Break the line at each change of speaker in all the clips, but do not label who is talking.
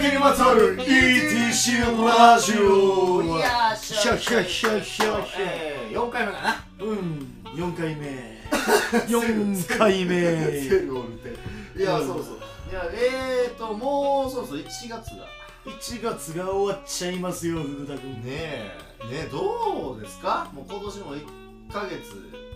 きにまつわる ETC ラジオ
いやーし
ひ
ょ
ゃ
い
ひゃひゃひゃひゃ
えー、4回目かな
うん4 回目4回
セ
目
ルオルっていや、
うん
そうそういやえーともうそろそろ1月だ
1月が終わっちゃいますよ福田君
ねえねえどうですかもう今年も1ヶ月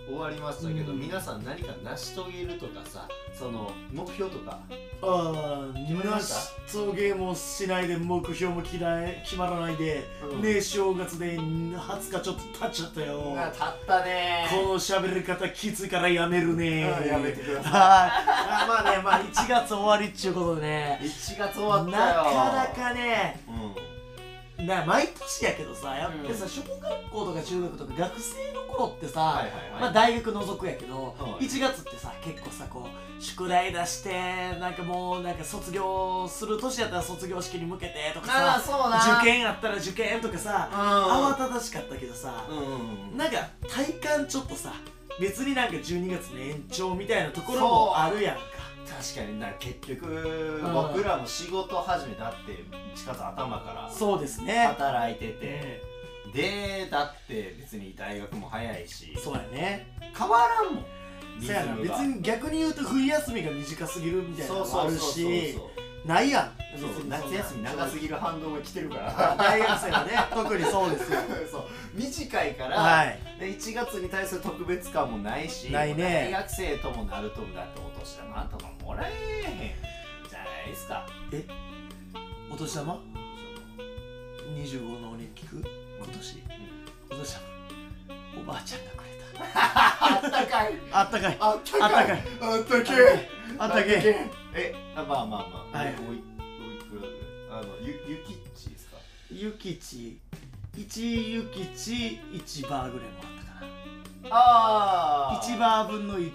終わりましたけど、
うん
皆さん何か成し遂げるとかさその目標とか
あ
決まり
あ
ま
な
し
したとゲームをしないで目標も嫌い決まらないで、
うん
ねえ正月で20日ちょっと経っちゃったよ
が立ったね
この喋り方きついからやめるね
うんやめてください
はいあまあねまあ1月終わりっちゅうことでね
1月終
な
わったよ
かなかね
うん
な毎年やけどさやっぱりさ、
うん
小学校とか中学とか学生の頃ってさ、
はいはいはい
まあ、大学除くやけど、
はい
1月ってさ結構さこう宿題出してなんかもうなんか卒業する年やったら卒業式に向けてとか
ああ
さ
そうな
受験あったら受験とかさ、慌ただしかったけどさ、
うんうん
なんか体感ちょっとさ別になんか12月の延長みたいなところ
そう
もあるやんか
確かにな結局僕らも仕事始めだって1月頭から
そうですね
働いててでだって別に大学も早いし
そうやね
変わらんもん
そうやな別に逆に言うと冬休みが短すぎるみたいな
そう
のもあ
そうそう
る
そう
しないやん別
そう
にそんな
夏休み長すぎる反動が来てるから
大学生は ね特にそうですよ
そう短いから、
はい
で1月に対する特別感もないし
ないね
大学生ともなるとだってお年玉とかもらえへんじゃないですか
お年玉25のお年聞く今年お年玉おばあちゃんがくれ
あったかい
たあったかい
あった
あったかい
あったけ
あったけえ
えあまあまあまあ、
はい
おいおいくらぐらいあのゆゆきっちですか
ゆきち1ゆきち1バーぐらいもらったかな
あ
1バー分の1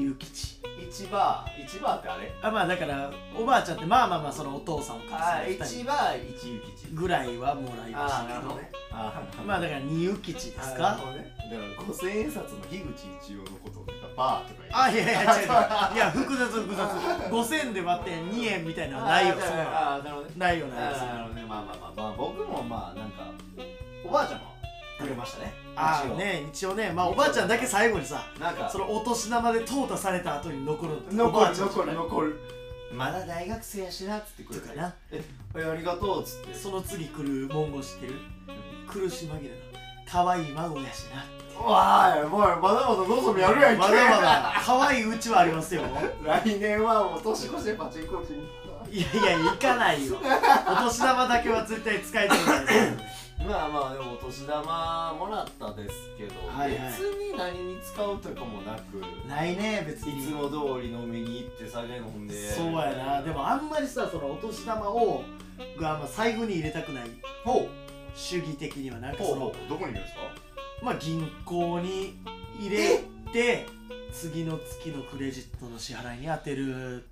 ゆきち
一バー一バーってあれ
あまあだからおばあちゃんってまあまあまあそのお父さんお母さん
あ
の2
一
人
バー一ゆきち
ぐらいはもらいましたけど
あー
まあだから二遊吉で
あ
す
ーなる
か
ほどねだから五千円札の樋口一葉のことをなんかバーとか言う
あいやいや違う 違ういや複雑複雑5000で割って2円みたいなのはないよ
あー
そんなの
あーなるほどね
ないよ
あ
ないよ
ーなるほどねまあまあまあまあ僕もまあなんかおばあちゃんもくれましたね
あ
一
あ
応
ね一応ねまあおばあちゃんだけ最後にさ
なんか
そのお年玉で淘汰された後に残るおば
残
あ
る
ちゃん
残る残るまだ大学生やしなっつってくれ
とか
た
な
えありがとうっつって
その次来る文言知ってる苦し紛れの可愛い孫やしな
わーいお前まだまだ望みやるやんけ
まだまだ可愛いうちはありますよ
来年はもう年越しでパチンコ打ちに行
いやいや行かないよお年玉だけは絶対使えてな
く
い
まあまあでもお年玉もらったですけど、
はいはい
別に何に使うとかもなくい
ないね別に
つも通り飲みに行って酒飲んで
そうやなでもあんまりさそのお年玉をが、まあ、財布に入れたくない
ほ
主義的にはなん
う
かその、
うどこにいるんですか
まあ、銀行に入れて次の月のクレジットの支払いに当てるっ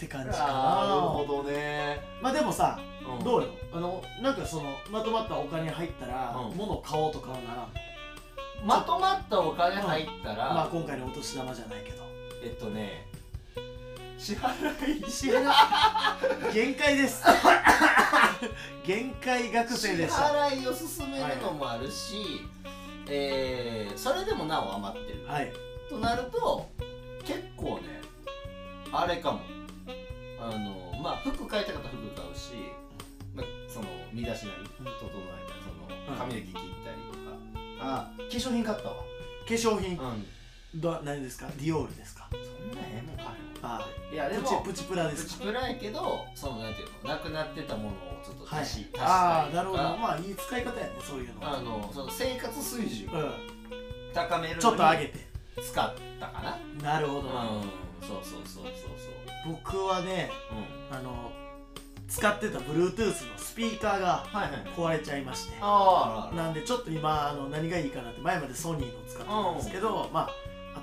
て感じか
あーなる
な
ほどね、
まあでもさ
うん
どうよあのなんかそのまとまったお金入ったら、
うん
物を買おうとかはならん
まとまったお金入ったら、
まあ今回のお年玉じゃないけど
えっとね支払い
支払い 限界です 限界学生でし
支
た
払いを進めるのもあるし、えーそれでもなお余ってる、
はい
となると結構ねあれかもあのまあ服買いたかったら服買うし、まあ、その身だしなみ整えたりその
うん
髪の毛切ったりとか、あ化粧品買ったわ
化粧品
うん
ど何ですかディオールですか
そんなええもん買
あ
えへんいや
プ
で
チ
も
プチプラで
プ
す
チ
か
プラやけどそのなんていうのなくなってたものをちょっと
はい
足し、足したりとか
ああなるほどまあいい使い方やねそういうの
あのその生活水準
う
高めるの
ん
に
ちょっと上げて
使ったかな
なるほ
う
ど、
そうそうそうそうそう
僕はね
うん
あの使ってた Bluetooth のスピーカーが
はいはい
壊れちゃいまして
ああ
なんでちょっと今あの何がいいかなって前までソニーの使ってたんですけど、まあ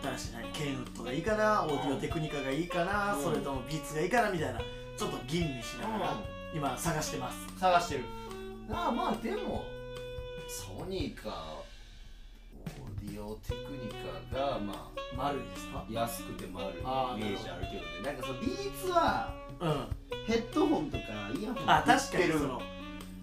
新しい何ケンウッドがいいかなオーディオテクニカがいいかな、
うん
それともビーツがいいかなみたいなちょっと吟味しながら、今探してます
うん探してるああまあでもソニーかオーディオテクニカがまあ
丸いですか
安くて丸いイメ
あー
ージあるけどねなんかそのビーツは
うん
下ヘッドホンとかイヤホン
あ確
して
かに
る
その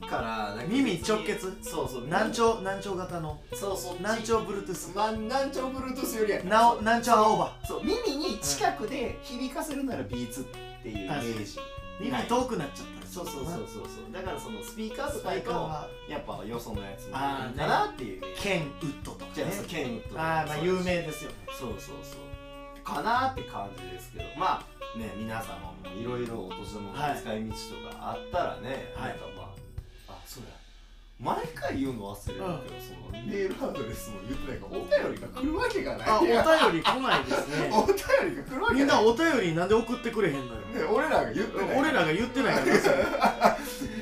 からなんか
耳直結
そうそう
難聴難聴型の
そうそう
難聴 Bluetooth
ま難聴ブルートゥースよりや
なお難聴青葉
そう耳に近くで響かせるならビーツっていうイメージ
耳遠くなっちゃったら
そうそうそうそうそうだからそのスピーカーと
ス
か
パイ
や
カー
と
は
やっぱよそのやつの
あ
方がいい
ー
かなっていうイメージ
ケンウッドとか
じゃあ
ね
そうケンウッドとか
ああまあ有名ですよね
そうそうそうかなって感じですけどまあね皆様もいろいろお年玉の使い道とかあったらね、
はい
なんかまああそうや毎回言うの忘れるけど、そのメールアドレスも言ってないからお便りが来るわけがない
あお
いや
便り来ないですね
お便りが来るわけない
みんなお便りなんで送ってくれへんのよ
ね俺らが言ってない
俺らが言ってないからなそれ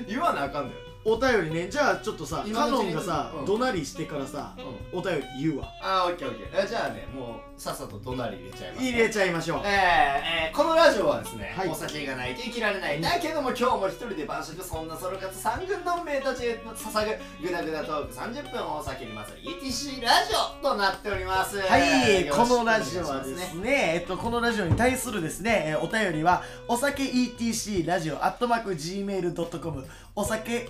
言わなあかんだよ、
お便りねじゃあちょっとさ
今
カ
のう
ノ
ちに
ンがさ
うん
怒鳴りしてからさお便り言うわ
あーオッケーオッケーあじゃあねもうさっさと隣入れちゃいます
入れちゃいましょう
えーえーこのラジオはですね、
はい
お酒がないと生きられないだけども今日も一人で晩酌そんなソロ活三軍の名たちへ捧ぐグダグダトーク30分お酒にまつわる ETC ラジオとなっております
はい、
よろ
こ
しくお
の
願い
ラ
し
ジオは
ます
ですね、えっと、このラジオに対するですね、えーお便りは、お酒 ETC ラジオ、アットマーク Gmail.com、お酒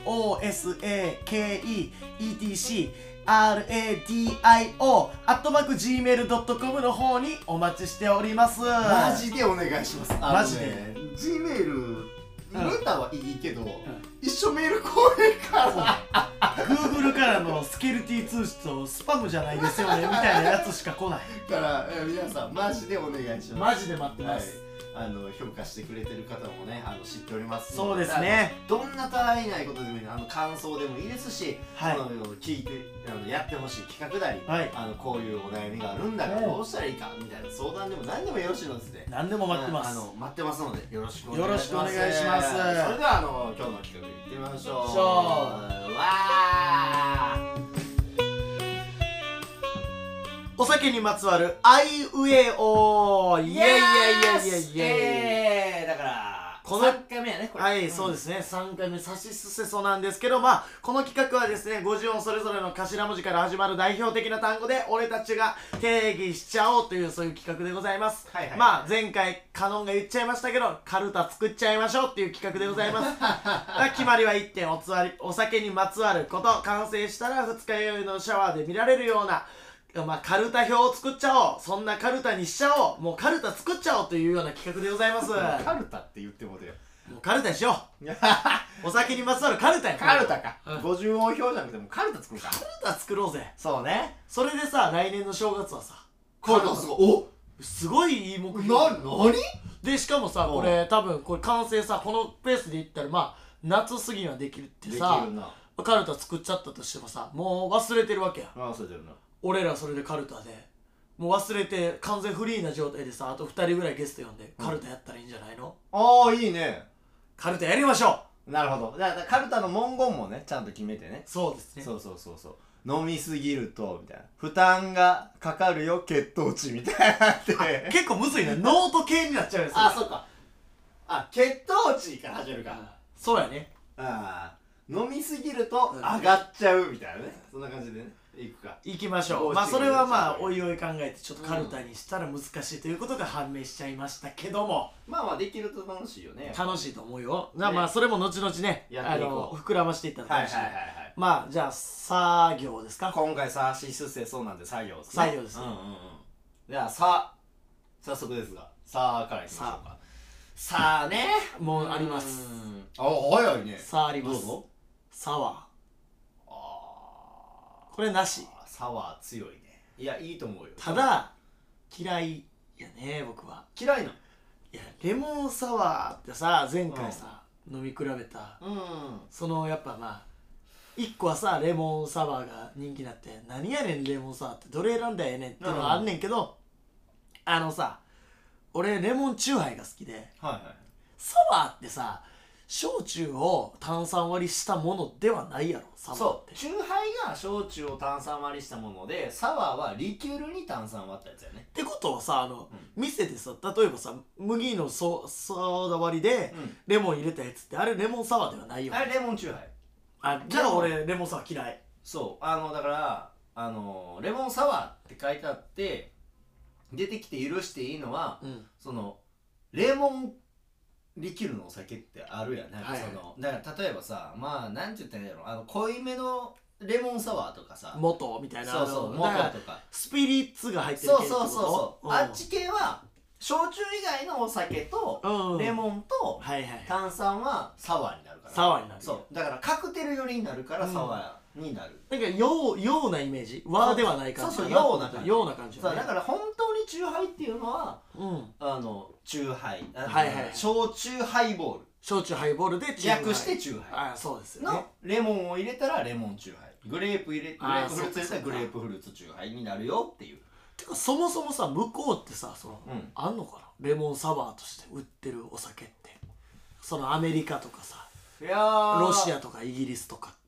OSAKE ETC RADIO、アットマーク Gmail.com の方にお待ちしております。
マジでお願いしますあのね
マジで
G メール
うん
ルーターはいいけど、一緒メール来れから、
Google からのスケルティ通知とスパムじゃないです よね、みたいなやつしか来ない。
からえー皆さんマジでお願いします
マジで待って
は
ま
い
す。、
あの評価してくれてる方もねあの知っております
そうですね。
あのどんなたらいないことでもいいのあの感想でもいいですし、
はい
あ。の聞いてあのやってほしい企画なり、
はい
あのこういうお悩みがあるんだから
はい
どうしたらいいかみたいな相談でも何でもよろしいのですね
何でも待ってま
あ
す。
の待ってますのでよろしくお
よ
願
ろ
い
し
し
くお
ま
願
す
いします
それではあの今日の企画いってみましょう
しょう
わあ
お酒にまつわるあいうえおイエイイエイイエイイエイ
エイだからこ
この
の3回目やねこれ
はい、そうですね。3回目、さしすせそなんですけど、まあ、この企画はですね、50音それぞれの頭文字から始まる代表的な単語で、俺たちが定義しちゃおうという、そういう企画でございます。
はいはい
まあ、前回、カノンが言っちゃいましたけど、カルタ作っちゃいましょうっていう企画でござい ます。まあ決まりは1点おつわり、お酒にまつわること、完成したら二日酔いのシャワーで見られるような、まあ、カルタ表を作っちゃおうそんなカルタにしちゃおうもうカルタ作っちゃおうというような企画でございます。
カルタって言ってもだよ
もうカルタにしよ うお酒にまつわるカルタや
カル
カ
タ
ル
か50音表じゃなくてもうカルタ作るか
タ作ろうぜ
そうね
それでさ来年の正月はさ
カルタすご
すごいいい目
い
標
おな、なに
でしかもさ
お
これ多分これ完成さこのペースでいったらまあ夏過ぎにはできるってさ
な
カルタ作っちゃったとしてもさもう忘れてるわけや
合わせてるな
俺らそれでカルタでもう忘れて完全フリーな状態でさあと2人ぐらいゲスト呼んでカルタやったらいいんじゃないの、
ああいいね
カルタやりましょ
なるほどだからカルタの文言もねちゃんと決めてね
うそうですね
そうそうそうそう飲みすぎるとみたいな負担がかかるよ血糖値みたいなって
結構むずいねノート系になっちゃうよそれ
うかあ血糖値から始める
そうやね
ああ飲みすぎると
うん
上がっちゃうみたいなねそんな感じでねいくか
行きましょ
ゴ
う
ー
まあ
チ
それはまあ
ゴ
お
ー
いおい考えてちょっとカルタにしたら難しいということが判明しちゃいましたけども
まあまあできると楽しいよね
楽しいと思うよじゃあ
ね
まあそれも後々ね
やっ
あ
ていこ
の
う
膨らましていったら
はいはい
楽しい
はいはい
まあじゃあ作業ですか
今回さしすせそうなんで作業です
作業です
うんうんうんじゃあさ早速ですがさからいきましょうかさあね
もうあります
うんあ早いね
さああり
ど
ま
う
す
ぞ
さは
あ
これなし
ーさは強いねいやいいと思うよ
ただ嫌いやね僕は
嫌いない
やレモンサワーってさ前回さ、飲み比べた
うん
そのやっぱまあ一個はさレモンサワーが人気になって何やねんレモンサワーってどれ選んだらええねんっていうのはあんねんけど、あのさ俺レモンチューハイが好きで
はいはい
サワーってさ焼酎を炭酸割りしたものではないやろサワーっ
そう
て
酎ハイが焼酎を炭酸割りしたものでサワーはリキュールに炭酸割ったやつやね
ってことはさあの、
う
店でさ例えばさ麦のソソーダ割りで
うん
レモン入れたやつってあれレモンサワーではないよね
あれレモンチューハイ
あじゃあ俺レモンサワー嫌い
そうあのだからあのレモンサワーって書いてあって出てきて許していいのは
うん
そのレモンリキュールのお酒ってあるやんなんか
はい
その、だから例えばさまあなんて言ったらいいんだろうあの濃いめのレモンサワーとかさ
元みたいな
そうそう
あの
モ
だから
カとか
スピリッツが入ってる
そう
系
そうそうそうあっ
って
ち系は焼酎以外のお酒と
ことうんうん
レモンと
はいはい
炭酸はサワーになるから
サワーになる
そうだからカクテル寄りになるから
うん
サワーになる、
なんかようようなイメージ和ではない感じ
そうそうような感じ
ような感じ
そう
ね
だから本当にチューハイっていうのは
うん
あのチューハイあの
はいはい
焼酎ハイボー
焼酎ハイボールで
ル略してチューハイ
ああそうですよね
のレモンを入れたらレモンチューハイグレープ入れグレ
あ
ー
ー
プフルーツ入れたら
そ
グ
う
レ
かそうか
ープフルーツチューハイになるよっていう
てかそもそもさ向こうってさその、
うん
あんのかなレモンサワーとして売ってるお酒ってそのアメリカとかさ
いやー
ロシアとかイギリスとかって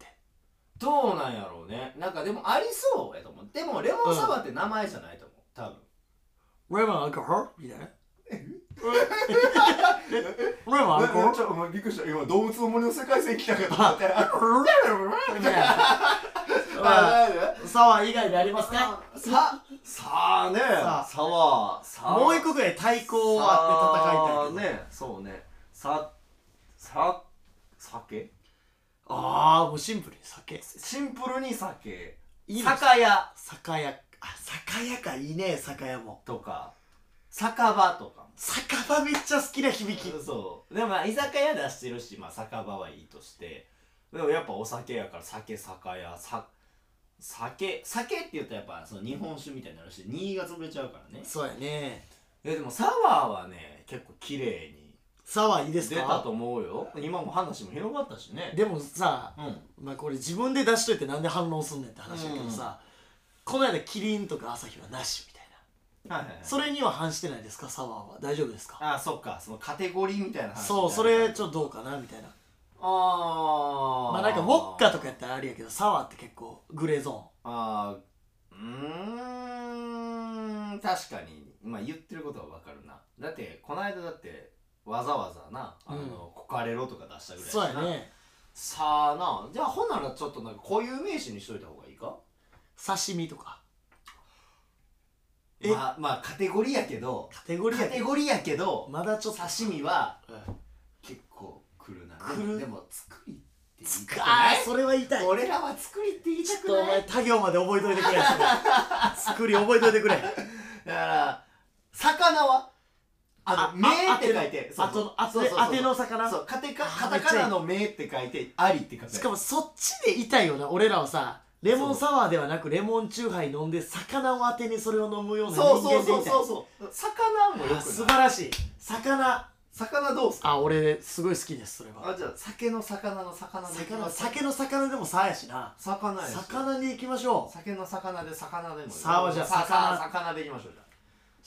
どうなんやろうねなんかでもありそうやと思うでもレモンサワーって名前じゃないと思う多分
レモンアルコールみたいなレモンアルコール
ょお前びっくりした今動物の森の世界線来たかと思 って
みたいなまあサワー以外でありますか
ささあね
さあ
さはさ
もう一個ぐらい対抗あって戦いたいけど
さあねそうねささ酒
ああもうシンプルに酒
シンプルに酒
いいの
酒屋
酒屋あ酒屋かいいね酒屋も
とか酒場とかも
酒場めっちゃ好きな響き
そうでもまあ居酒屋出してるし、まあ、酒場はいいとしてでもやっぱお酒やから酒酒屋さ酒酒って言うとやっぱその日本酒みたいになるし新が潰れちゃうからね
そうやね
えでもサワーはね結構綺麗に
サワーいいです
出た
か
と思うよ今も話も広がったしね
でもさ
うん
まあこれ自分で出しといてなんで反論すんねんって話だけどさ、この間キリンとか朝日はなしみたい
はいはいはい
なそれには反してないですかサワーは大丈夫ですか
あそっかそのカテゴリーみたいな話
そうそれちょ
っと
っとどうかなみたいな
ああ
まあなんかウォッカとかやったらありやけどサワーって結構グレーゾ
あーうーん確かにまあ言ってることはわかるなだってこの間だってわざわざなあの、
うん
コカレロとか出した
ー
ぐ
ン
らい
そうや
な
ね
さあなじゃあほんならちょっとなんか固有名詞にしといた方がいいか
刺身とかえ
まあまあカテゴリーやけど
カテゴリー
カ
やけ
テ
ど
ゴリーやけど
まだちょっと
刺身は
うん
結構くるな
来る
でも作りって言い
つ
た
か
く
あ
な
ーそれは痛い
い俺らは作りって言い
ちょ
た
っ
く
とお
な
前
い
他行まで覚えといてくれ 作り覚えといてくれ
だから魚はあ
あ
の「名」って書い
あ
て
あてのあ
そう
て
そうそう
あての魚
そうカテカ
あ
カタカナの「名」って書いて「あり」って書く
しかもそっちで痛いよな俺らはさレモンサワーではなくレモンチューハイ飲んで魚を当てにそれを飲むような
そ
人
うそ
間
う
で
そう
痛い
そうそう魚もよく
あ素
ない
晴らしい魚
魚どうすか
あ俺すごい好きですそれは
あじゃあ酒の魚の魚でいき
魚
ます
酒の魚でもさやしな
魚やし
魚に行きましょう
酒の魚で魚でもいい
さあはじゃあ
さ
魚
魚でいきましょうじゃあ
し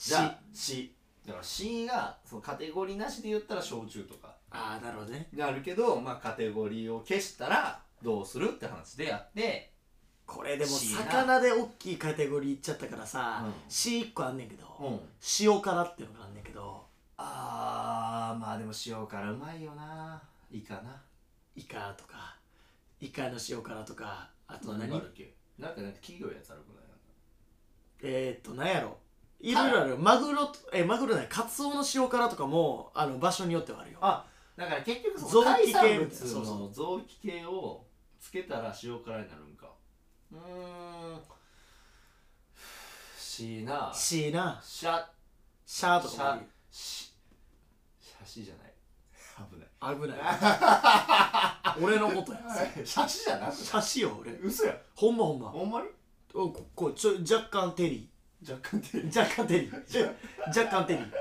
じゃあ「し」だから「し」がそのカテゴリーなしで言ったら焼酎とか
ああなるほどね
なるけどまあカテゴリーを消したらどうするって話でやって
これでも
C な
魚で大きいカテゴリーいっちゃったからさ
うん
C1 個あんねんけど
うん
塩辛っていうのがあんねんけど
あーまあでも塩辛うまいよないいかな
イカとかイカの塩辛とかあとは何
があるっけなんかなんか企業やつあるくない
えー、っと何やろいろいろあるマグロとえマグロないカツオの塩辛とかもあの場所によってはあるよ
あだから結局そ
臓
の海
器系
産
みたいなそう
物
そ
の臓器系をつけたら塩辛になるんかうーんしなし
シーな
ゃ
シャーとかも
ししゃしじゃない危ない
いる危ない俺のことや
しゃしじゃなく
シャシよ俺
嘘や
ほんまほんま
ほんまに
おここうちょ若干テリ
若干テレビ
ー若干テリー若干テリー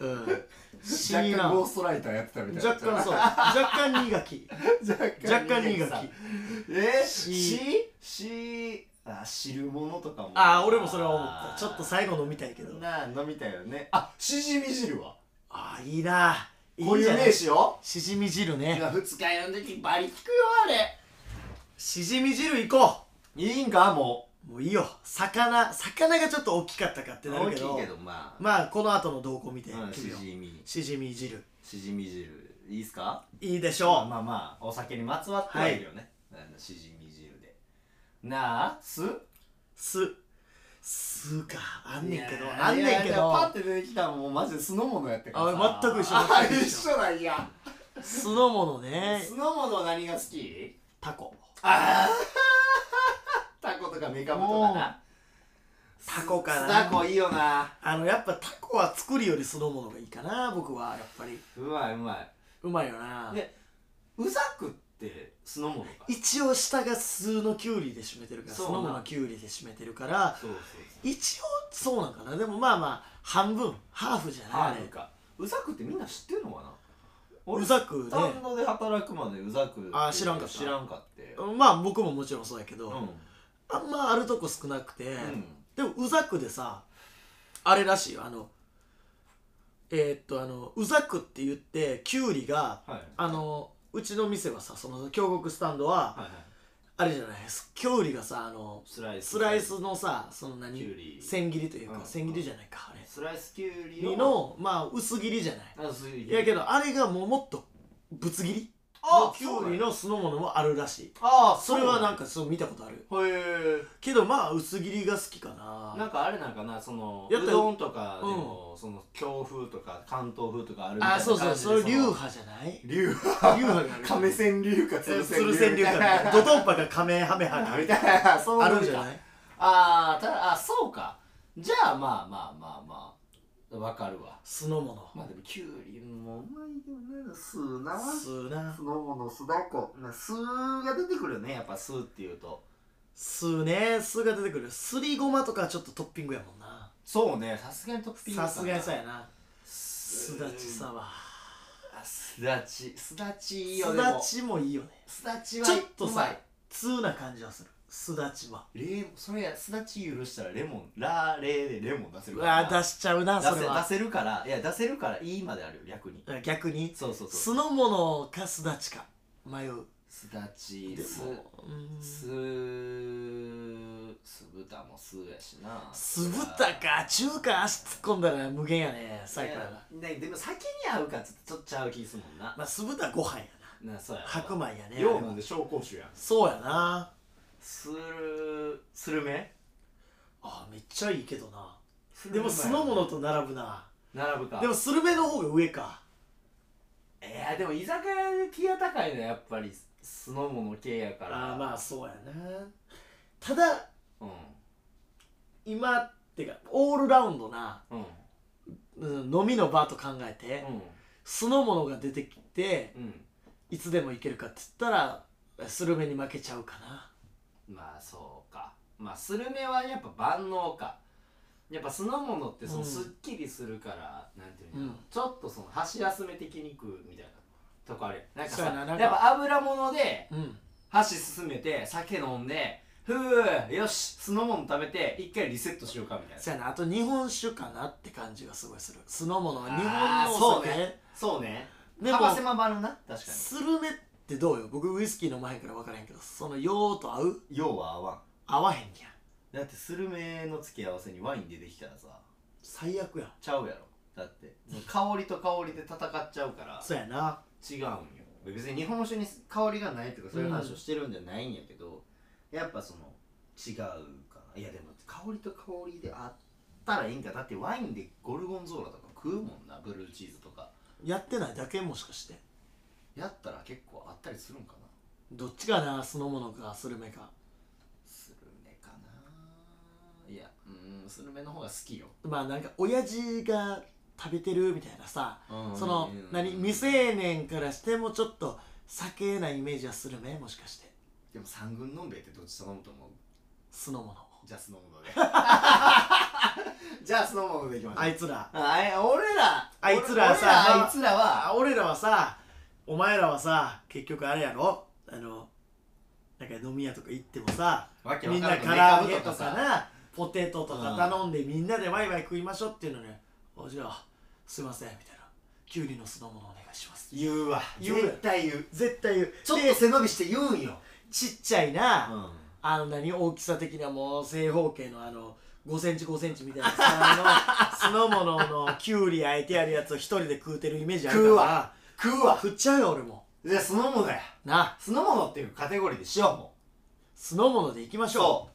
うんシーな
若干ゴー
若
ストライターやってたみたいな
干そう若干苦き
若
若干苦
さ
き
えー、
し
ししあ汁物とかも
ああ俺もそれは思ったちょっと
さ
最後飲みたいけど
なあ飲みたいよねあしじみ汁は
ああいいな
こう
いい
い
じゃ
う
な
名
い
詞よ
しじみ汁ね
今二日酔いの時バリ効くよあれ
しじみ汁いこ
いいんかも
うもういいよ魚魚がちょっと大きかったかって
う
なるけど
大きいけどまあ、
まあこの後の動向見て
うん、
決め
し
よう
じみ
しじみ汁
しじみ汁いいっすか
いいでし
まあ
ょ
まあまあお酒にまつわってはいるよね、あのしじみ汁でなあ酢
う酢すーかあんねんけど
いや
あんねんけ
いやパッ
ど
て出てきたのもうマジで酢の物やって
あ全く一緒
あ
全く
一
一
緒なんや
酢の物ね
酢の物何が好き
タコ
あータコとかメカブとかな
タコかな
タコいいよな
あのやっぱタコは作るより酢の物がいいかな僕はやっぱり
うまいうま
うまいよな
ねいうざくって酢の物か
一応下が酢のきゅうりで締めてるから酢
そうな
の物はきゅうりで締めてるから
そうそうそう
一応そうなんかなでもまあまあ半分ハーフじゃない
あ
あれ
なんかうざくってみんな知ってるのかな
う
俺
ざく
ス
ね
タンドで働くまでうざくって
あ知らんかった
知らんかって
まあ僕ももちろんそうやけど、
うん
あんまあるとこ少なくて、
うん
でもうざくでさあれらしいよあのえー、っとあのうざくって言ってきゅうりが
はい
あのうちの店はさその京極スタンド
は
は、
いはい
あれじゃないですきゅうりがさあの
スライス
スライスのさその何
きゅうり
千切りというか、
うん
千切りじゃないかあれ
スライスきゅうり
にのまあ薄切りじゃない
あそういう
いやけどあれがもうもっとぶつ切り
あ
のきゅうりの酢の物もあるらしい
ああ
それはなん
か
かそう見たことある
へえ
けどまあ薄切りが好きかな
なんかあれなんかなその
やった
うどんとかでもその京風とか関東風とかあるみたいな感
あ
じ
そう
で
そうそういう流
の
派じゃな い
流派
流派がある
亀仙流か
え
鶴仙
鶴
流
仙流派み たいな ドドンパが亀ハメ
あ
ハ
みたいなそう
メあるんじゃ
い
ない
あーただあそうかじゃあまあまあまあまあわかるわ
酢の物
まあでもきゅうりもうまいよね酢な
酢な
酢の物酢だこな酢が出てくるよねやっぱ酢っていうと
酢ね酢が出てくるすりごまとかちょっとトッピングやもんな
そうねさすがにトッピング
さすがにさやな
す
すだちさは
すだちすだちいいよ
す
で
だ
も
ちもいいよね
すだちは
ちょっと
うま
さ
い
通な感じはするすだちは
レそれやすだち許したらレモンラーレーでレモン出せ
う
るから
わ出しちゃうなそ
出
れ
せ
は
出せるからいや出せるからいいまであるよ逆に
逆に
そうそうそう
酢の物かすだちか迷う
すだち
で
です
もうん
す酢豚も酢やしな
酢豚か中華足突っ込んだら無限やねさくらが
いやねでも酒に合うかっつってちょっとちゃう気するもんな、
まあ酢豚ご飯や
なそうや
な
ろ
白米やね
ようなんで紹興酒やん
そうやな
するスルメ
あめっちゃいいけどなでも酢の物と並ぶな
並ぶか
でもスルメの方が上か
いやでも居酒屋でティア高いのはやっぱり酢の物系やから
ああまあそうやなただ
う
今ってかオールラウンドな、
んうん
うん、飲みの場と考えて、酢の物が出てきて
うん
いつでもいけるかって言ったらスルメに負けちゃうかな
うんまあそうかまあスルメはやっぱ万能かやっぱ酢の物ってその
うん
すっきりするから、なんていうの、
うん
ちょっとその箸休め的肉みたいなとこあるなんかさ
そうやななんか
やっぱ油物で
うん
箸進めて酒飲んでふうよし酢の物食べて一回リセットしようかみたいな
そやなあと日本酒かなって感じがすごいする酢の物は日
あー
本の
そ
お
う
酒、
ねそうね
でも
かばせまばるな確か
スルメってどうよ僕ウイスキー飲まへんから分からへんけどその用と合う
に要は合わん
合わへんやん
だってスルメの付け合わせにワイン出てきたらさ
最悪やん
ちゃうやろだって香りと香りで戦っちゃうから
そうやな
違うんよ別に日本酒に香りがないとかそういう話をしてるんじゃないんやけど、やっぱその違うかないやでも香りと香りであったらいいんかだってワインでゴルゴンゾーラとか食うもんなブルーチーズとか
やってないだけもしかして
やったら結構あったりするんかな
どっちかな酢の物かスルメか
スルメかないやうんスルメの方が好きよ、
まあなんか親父が食べてるみたいなさその
うん
何
うん
未成年からしてもちょっと酒なイメージはするねもしかして
でも三軍のんべいってどっち頼むと思う
酢の物
じゃあスノーモード でじゃあスノーモードでいきましょう
あいつら
あい俺ら
あいつらはさ
俺らあいつらは
あ俺らはさお前らはさ結局あれやろあのなんか飲み屋とか行ってもさ
わけわ
みん
か
な
ら
唐揚げとかなポテトとか頼んでみんなでワイワイ食いましょうっていうのね「おじゃあすいません」みたいな「きゅうりの酢の物お願いします
言うわ
言う
絶対言う」
絶対言う
ちょっ
で
と背伸びして言うんよ
ちっちゃいな、
ん
あの何大きさ的なもう正方形のあの5センチ5センチみたいなさあの酢の物のきゅうり焼いてあるやつを一人で食うてるイメージあるから
食うわ食うわ
食っちゃうよ俺も
じゃあ酢の物や
な
酢の物っていうカテゴリーでしようも
酢の物でいきま
う
しょ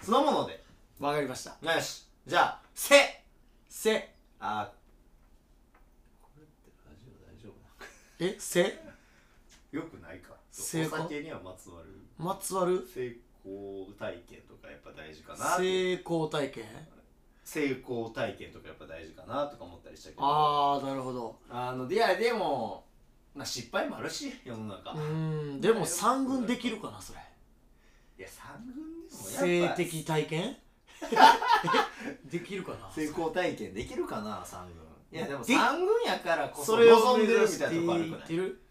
う酢の物で
うわかりました
よしじゃあ「せ」
せ
あこれってラジオ大丈夫な
えせ
よくないか
成
お
功
酒にはまつわる
まつわる
成功体験とかやっぱ大事かなって
成功体験
成功体験とかやっぱ大事かなとか思ったりしたけど
ああなるほど
あのいやでも、まあ、失敗もあるし世の中、
う
い
ーんでも三軍できるかなそれ
や三軍でも
性
やっぱ
的体験 できるかな
成功体験できるかな三軍いやでも
で
三軍やからこそ
それを
望んでるみたいなとこあ
目
る
指
く
し
な
て
い
いる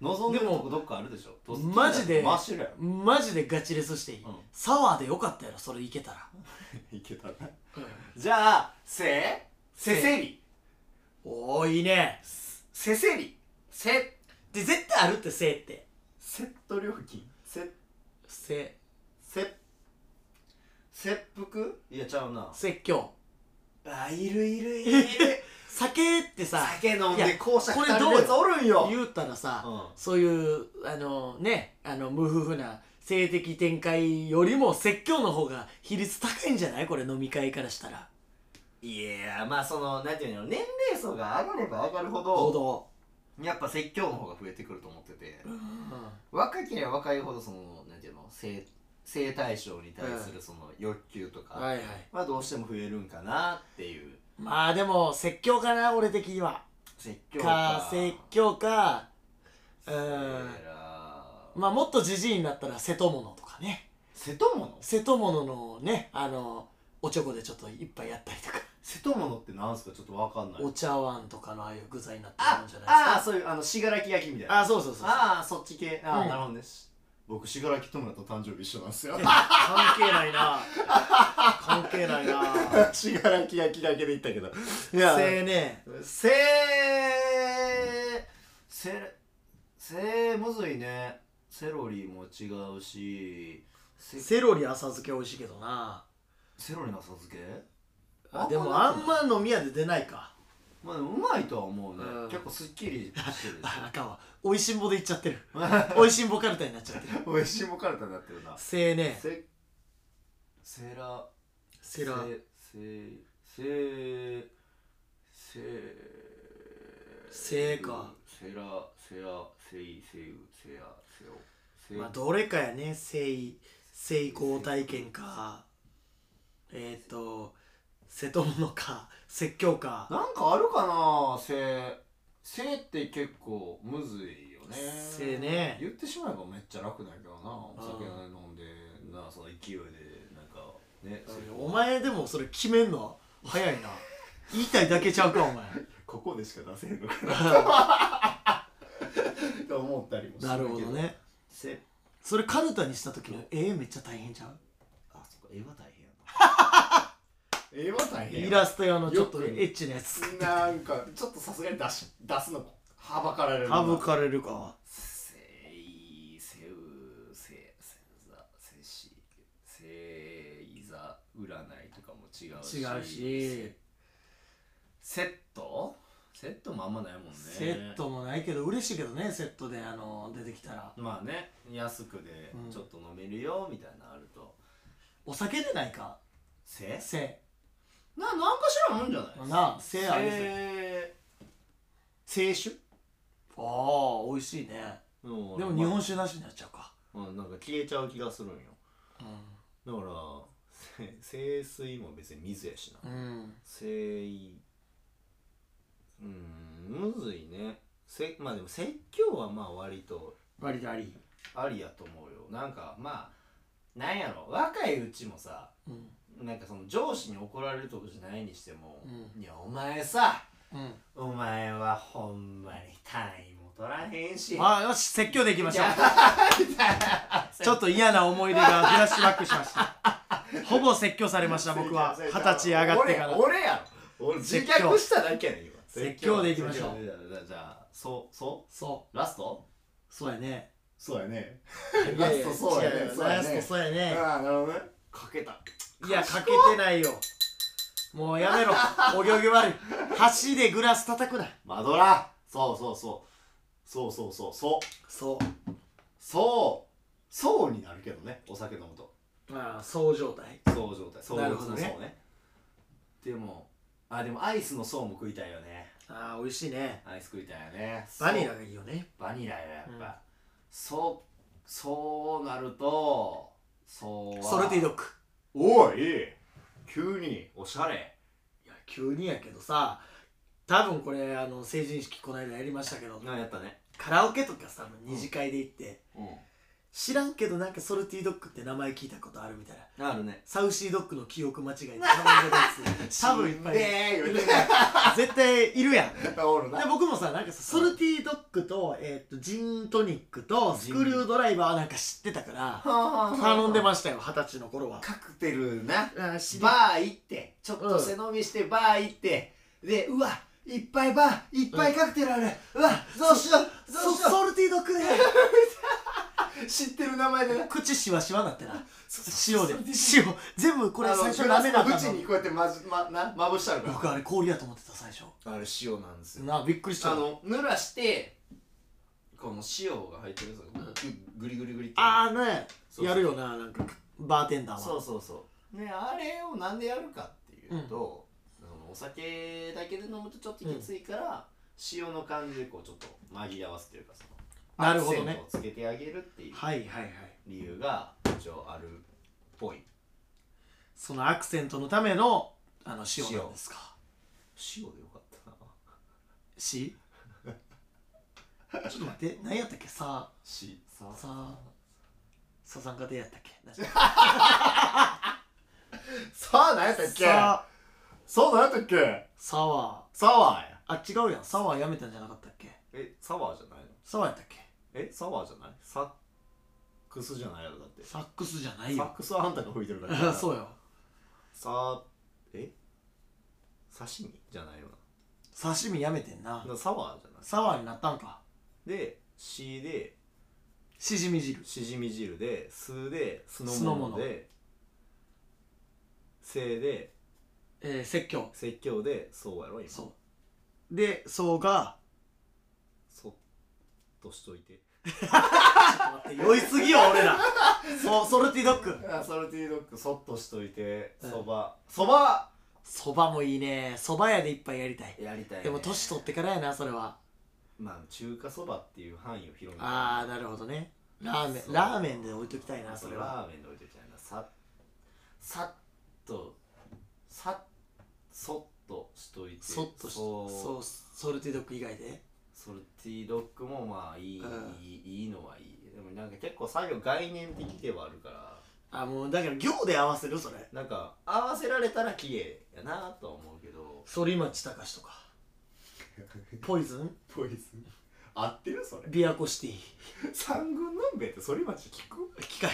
望んでるとこどっかあるでしょ
マジで
真っ白や
マジでガチレスしていい、
うん
サワーでよかったやろそれいけたら、
ろいけたなじゃあせせせり
おおいいね
せせりせ
で絶対あるって性って
セット料金せ
性
せ切腹いやちゃうな
説教
あいるいるいる
酒ってさ
酒飲ん
い
で
や
校舎
こ
来
れ
た
ど
る
うよ
やつおるんよ
言うたらさ、
うん
そういうあのねあの無夫婦な性的展開よりも説教の方が比率高いんじゃないこれ飲み会からしたら
いやーまあそのなんていうの年齢層が上がれば上がるほ
行
ど
動、
やっぱ説教の方が増えてくると思ってて
うん
若ければ若いほどそのなんていうの性性対象に対するその欲求とか、
はいはい
まあどうしても増えるんかなっていう
まあでも説教かな俺的には
説教
か説教かうん
せら
まあもっとじじいになったら瀬戸物とかね
瀬戸物
瀬戸物のねあのおちょこでちょっと一杯やったりとか
瀬戸物ってなんすかちょっとわかんない
お茶碗とかのああいう具材になってる
あ
んじゃない
あ
で
ーそういうあの信楽焼きみたいな
すかあそうそうそうそう
ああそっち系ああ、
うん
なるほどです僕信楽友也と誕生日一緒なんですよ
関係ないな関係ない な
信楽焼きだけで言ったけどいや
せーね
せせせむずいねセロリも違うしせ
セロリ浅漬け美味しいけどな
セロリの浅漬け
あでもあん
なくない
ま飲み屋で出ないか
まあでもうまいとは思うね、
うん
結構すっきりしてる
ああかんわおいしんぼでいっちゃってるおいしんぼカルタになっちゃってる
おいしいもカルタになってるな
せーね
せセラ
セラ
せせせ
せか
セラセラせいせうせやせおせ
まあどれかやね成成功体験かえっ、ー、と瀬戸物か説教か
なんかあるかなせせって結構むずいよね
せね
言ってしまえばめっちゃ楽だけどなお酒
う
飲んでなその勢いでなんかねせ
お前でもそれ決めんの 早いな言いたいだけちゃうかお前
ここでしか出せへんのかなと思ったりもす
なるほどね
せ
それカルタにした時の絵めっちゃ大変じゃん
あそっか絵は大変やな 絵は大変
イ
やな
ラスト用のちょっと
よ
エ
く
ッチなやつ
なんかちょっとさすがに出し出すのはばかられるな
省かれるか
せいせうせせざせしせいざ占いとかも違うし
違うし
セットセットもあんまないもんね
セットもないけど嬉しいけどねセットであの出てきたら
まあね安くで
うん
ちょっと飲めるよみたいなのあると、
お酒でないか
せ
せ
ななんかしらもんじゃない
なあせあるぜ
せ清酒
ああ美味しいね
でも
でも日本酒なしになっちゃうか
うんなんか消えちゃう気がするんよ
う、
だからせ清 水も別に水やしなん
うん、
清いうんむずいねせまあでも説教はまあ割と
割とあり
ありやと思うよなんかまあなんやろ若いうちもさ
うん
なんかその上司に怒られるとこじゃないにしても「
う
いやお前さ
うん
お前はほんまに単位も取らへんし」
まあよし説教でいきましょう
いや
ちょっと嫌な思い出がフラッシュバックしま したほぼ説教されました僕は二十歳上がってから
俺俺やろ俺自
説教
虐しただけやねん今
説教でいきましょう
説教じゃあじゃあそうそ
そう
うラスト
うそうやね
そうやね
ラスト
そうやねそうやね
ラストそうやね
ああなるほどねかけた
いやかけてないよもうや めろお行儀悪い箸でグラス叩くな
マドラそうそうそうそうそうそうそう
そう
そうそうになるけどねお酒飲むと
ああそう状態
そう状態そう
なるほどね
そうねでもあでもアイスの層も食いたいよね
ああ美味しいね
アイス食いたいよね
バニ
そう
ラがいいよね
バニラよやっぱ、
うん
そうそうなるとそうは
ソルティドッグ
おいいい急におしゃれ
いや急にやけどさ多分これあの成人式この間やりましたけど
あやったね
カラオケとかさ二
ん
次会で行って、
う
知らんけどなんかソルティドッグって名前聞いたことあるみたいなん
あるね
サウシードッグの記憶間違い で名前が出て多分いっぱいいる
ね
いる絶対いるやん で
おるな
僕もさなんかさソルティドッグと,、えー、とジントニックとスクリュードライバーはなんか知ってたから頼んでましたよ二十歳の頃は
カクテルな
あー知り
バー行ってちょっと背伸びしてバー行って、でうわいっぱいバーいっぱいカクテルある、うわどうしようど
そう
しよ
ソルティドッグで
う知ってる名前でな
口しわしわなってな塩で塩全部これ最初ダメだった
縁
の
にこうやってまじまなまぶしてあるか
僕あれ氷やと思ってた最初
らあれ塩なんです
なびっくりした
あの濡らしてこの塩が入ってるやつをグリグリグリって
あーね
そうそう
やるよななんかバーテンダーは
そうそうそうねあれをなんでやるかっていうと、そのお酒だけで飲むとちょっときついから、塩の感じでこうちょっと紛らわすというかその
なるほどね
アクセントをつけてあげるっていう
はいはいはい
理由が一応あるっぽい
そのアクセントのためのあの塩なんですか
塩でよかったな
し ちょっと待って何やったっけさ
しさ
あさあささんかでやったっけなんか
さあ何やったっけ
さあ
そう何やったっけ
サワ
サワーや
ーあ違うやんサワーやめたんじゃなかったっけ
えサワーじゃないの
サワーやったっけ
えサワーじゃないサックスじゃないやろだって
サックスじゃない
サッ
よ
クスはあんたが吹いてるから
あ そうよ
さえ刺身じゃないよ
刺身やめてん
な
な
なサワーじゃない
サワーになったんか
で「し」で
しじみ汁
しじみ汁で「す」で酢の
酢の
物
物
で「せ」で
えー、説教
説教で「そうやろ今
そうでそうが
そっとしといて
酔いすぎよ俺らそうソルティドッグ
あ ソルティドッグそっとしといて
うん
そばそば
そばもいいねそば屋で一杯やりたい
やりたい、ね、
でも年取ってからやなそれは
まあ中華そばっていう範囲を広めて
ああなるほどねラーメ
そ
ン
う
ラーメンで置いときたいなそれは
ラーメンで置いてきたいなささっとさっそっとしといて
そっとし
そう
そうソルティドッグ以外で
ソルティドッグもまあいい,、
うん
いいいいのはいいでもなんか結構作業概念的ではあるから
あもうだから行で合わせるそれ
なんか合わせられたら綺麗やなとは思うけど
反町隆史とかポイズン
ポイズン合ってるそれ
琵琶湖シティ
三軍のんべえって反町聞く
機械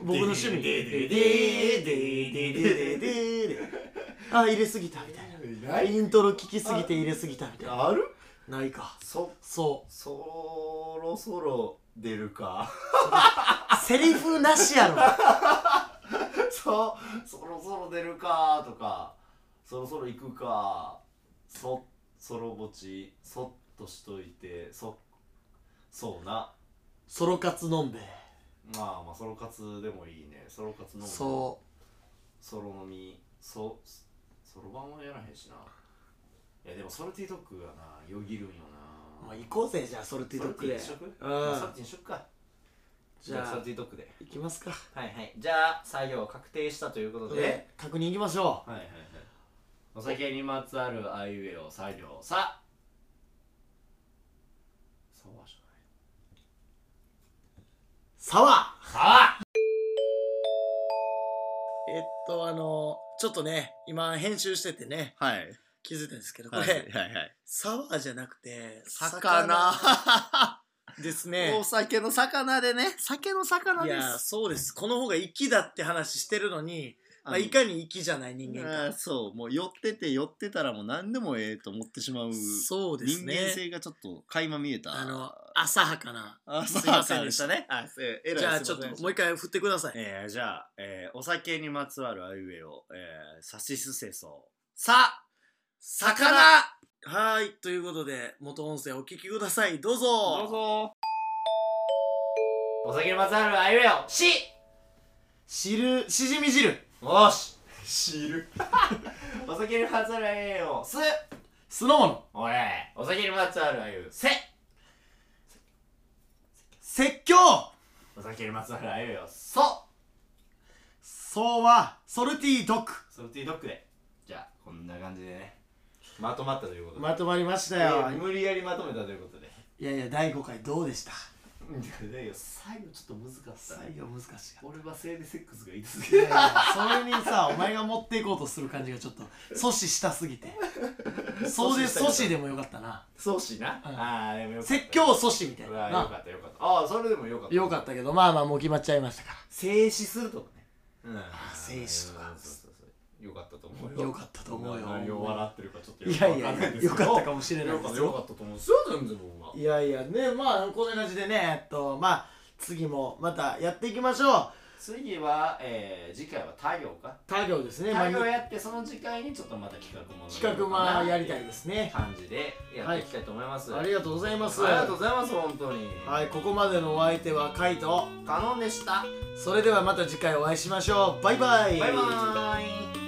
僕の趣味
ででででででで
あー入れすぎたみたい
な
なイントロ聞きすぎて入れすぎたみたいな
ある
ないか
そ
そ
そろそろ出るか
うセリフなしやろ
そそろそろ出るかとかそろそろ行くかそそろぼちそっとしといてそそうな
ソロ活のんべえ
まあまあソロ活でもいいねソロ活飲む
そ
ソロ飲みそそろばんはやらへんしないやでもソルティドッグがなよぎるんよ
う、まあ、
な
行こうぜじゃあソルティドッグで
ソルティにしとく
うん
まあソルティにしとくか
じゃ
ソル
あ
ティドッグで
行きますか
はいはいじゃあ作業確定したということで、
で確認行きましょ
はいはいはいお酒にまつわるあいうえお作業ささわじ
うさわ
ゃないさ
えっとあのちょっとね今編集しててね
わはい
気づいたんですけどこ
はい
れ
はいはい
サワーじゃなくて
魚
ですね
お酒の魚でね酒の魚
い
で
や
す
そうですこの方が粋だって話してるのにまあ、いかに粋じゃない人間
あー
か
そうもう寄ってて寄ってたらもう何でもええと思ってしまう
そうです
人間
ね
性がちょっと垣間見えた
あの浅はかな
あ
すいませんでした
ねあええらい
じゃあ
す
ち
い
ょっ
ません
ともう一回振ってください
えー、じゃあ、えー、お酒にまつわるあいうえを、えー、さしすせそさ魚
はーいということで元音声お聞きくださいどうぞ
ぞお酒にまつわるあいうえおし
汁しじみ汁
おし汁 お酒にまつわるあゆをす
酢の物
おいお酒にまつわるあゆせ
説教
お酒にまつわるあゆよそ
そうはソルティードッグ
ソルティードッグでじゃあこんな感じでねまとまったということで、
まとまりました
いや
よ
無理やりまとめたということで
いやいや第5回どうでした
いや最後ちょっと難しさ
最後難しかった
俺は生理セックスがいいです
い
け
やいやそれにさ お前が持っていこうとする感じがちょっと阻止したすぎてそう
阻
で
止したか
阻
った
止でもよかったな
そうしな、
うん
ああでもよかった
説教阻止みたいうな
わよかったよかったああそれでもよかった
よかったけどまあまあもう決まっちゃいましたか
静止するとかねうん
静止とか
うんそうそうそうよかったと思う
ら
よ
よかったと思うよ
何を笑ってるかちょっと
い
よくわ
や
か
い
ん
や
ない
い
で
や
す
よ
けど
かったかもしれない
よ
で
かっ
す
たよか
よ
ったと思うんですよ全然僕はい
やいやねまあこんな感じでねえっとまあ次もまたやっていきましょう
次は、えー、次回は太陽か
他業ですね、まあ、
太
に
陽やってその次回にちょっとまた企画もの
企画まあやりたいですね
感じでやっていきたいと思います、
ありがとうございます
ありがとうございます本当に
はいここまでのお相手はカイト
カノンでした
それではまた次回お会いしましょうバイバイ
バイバーイ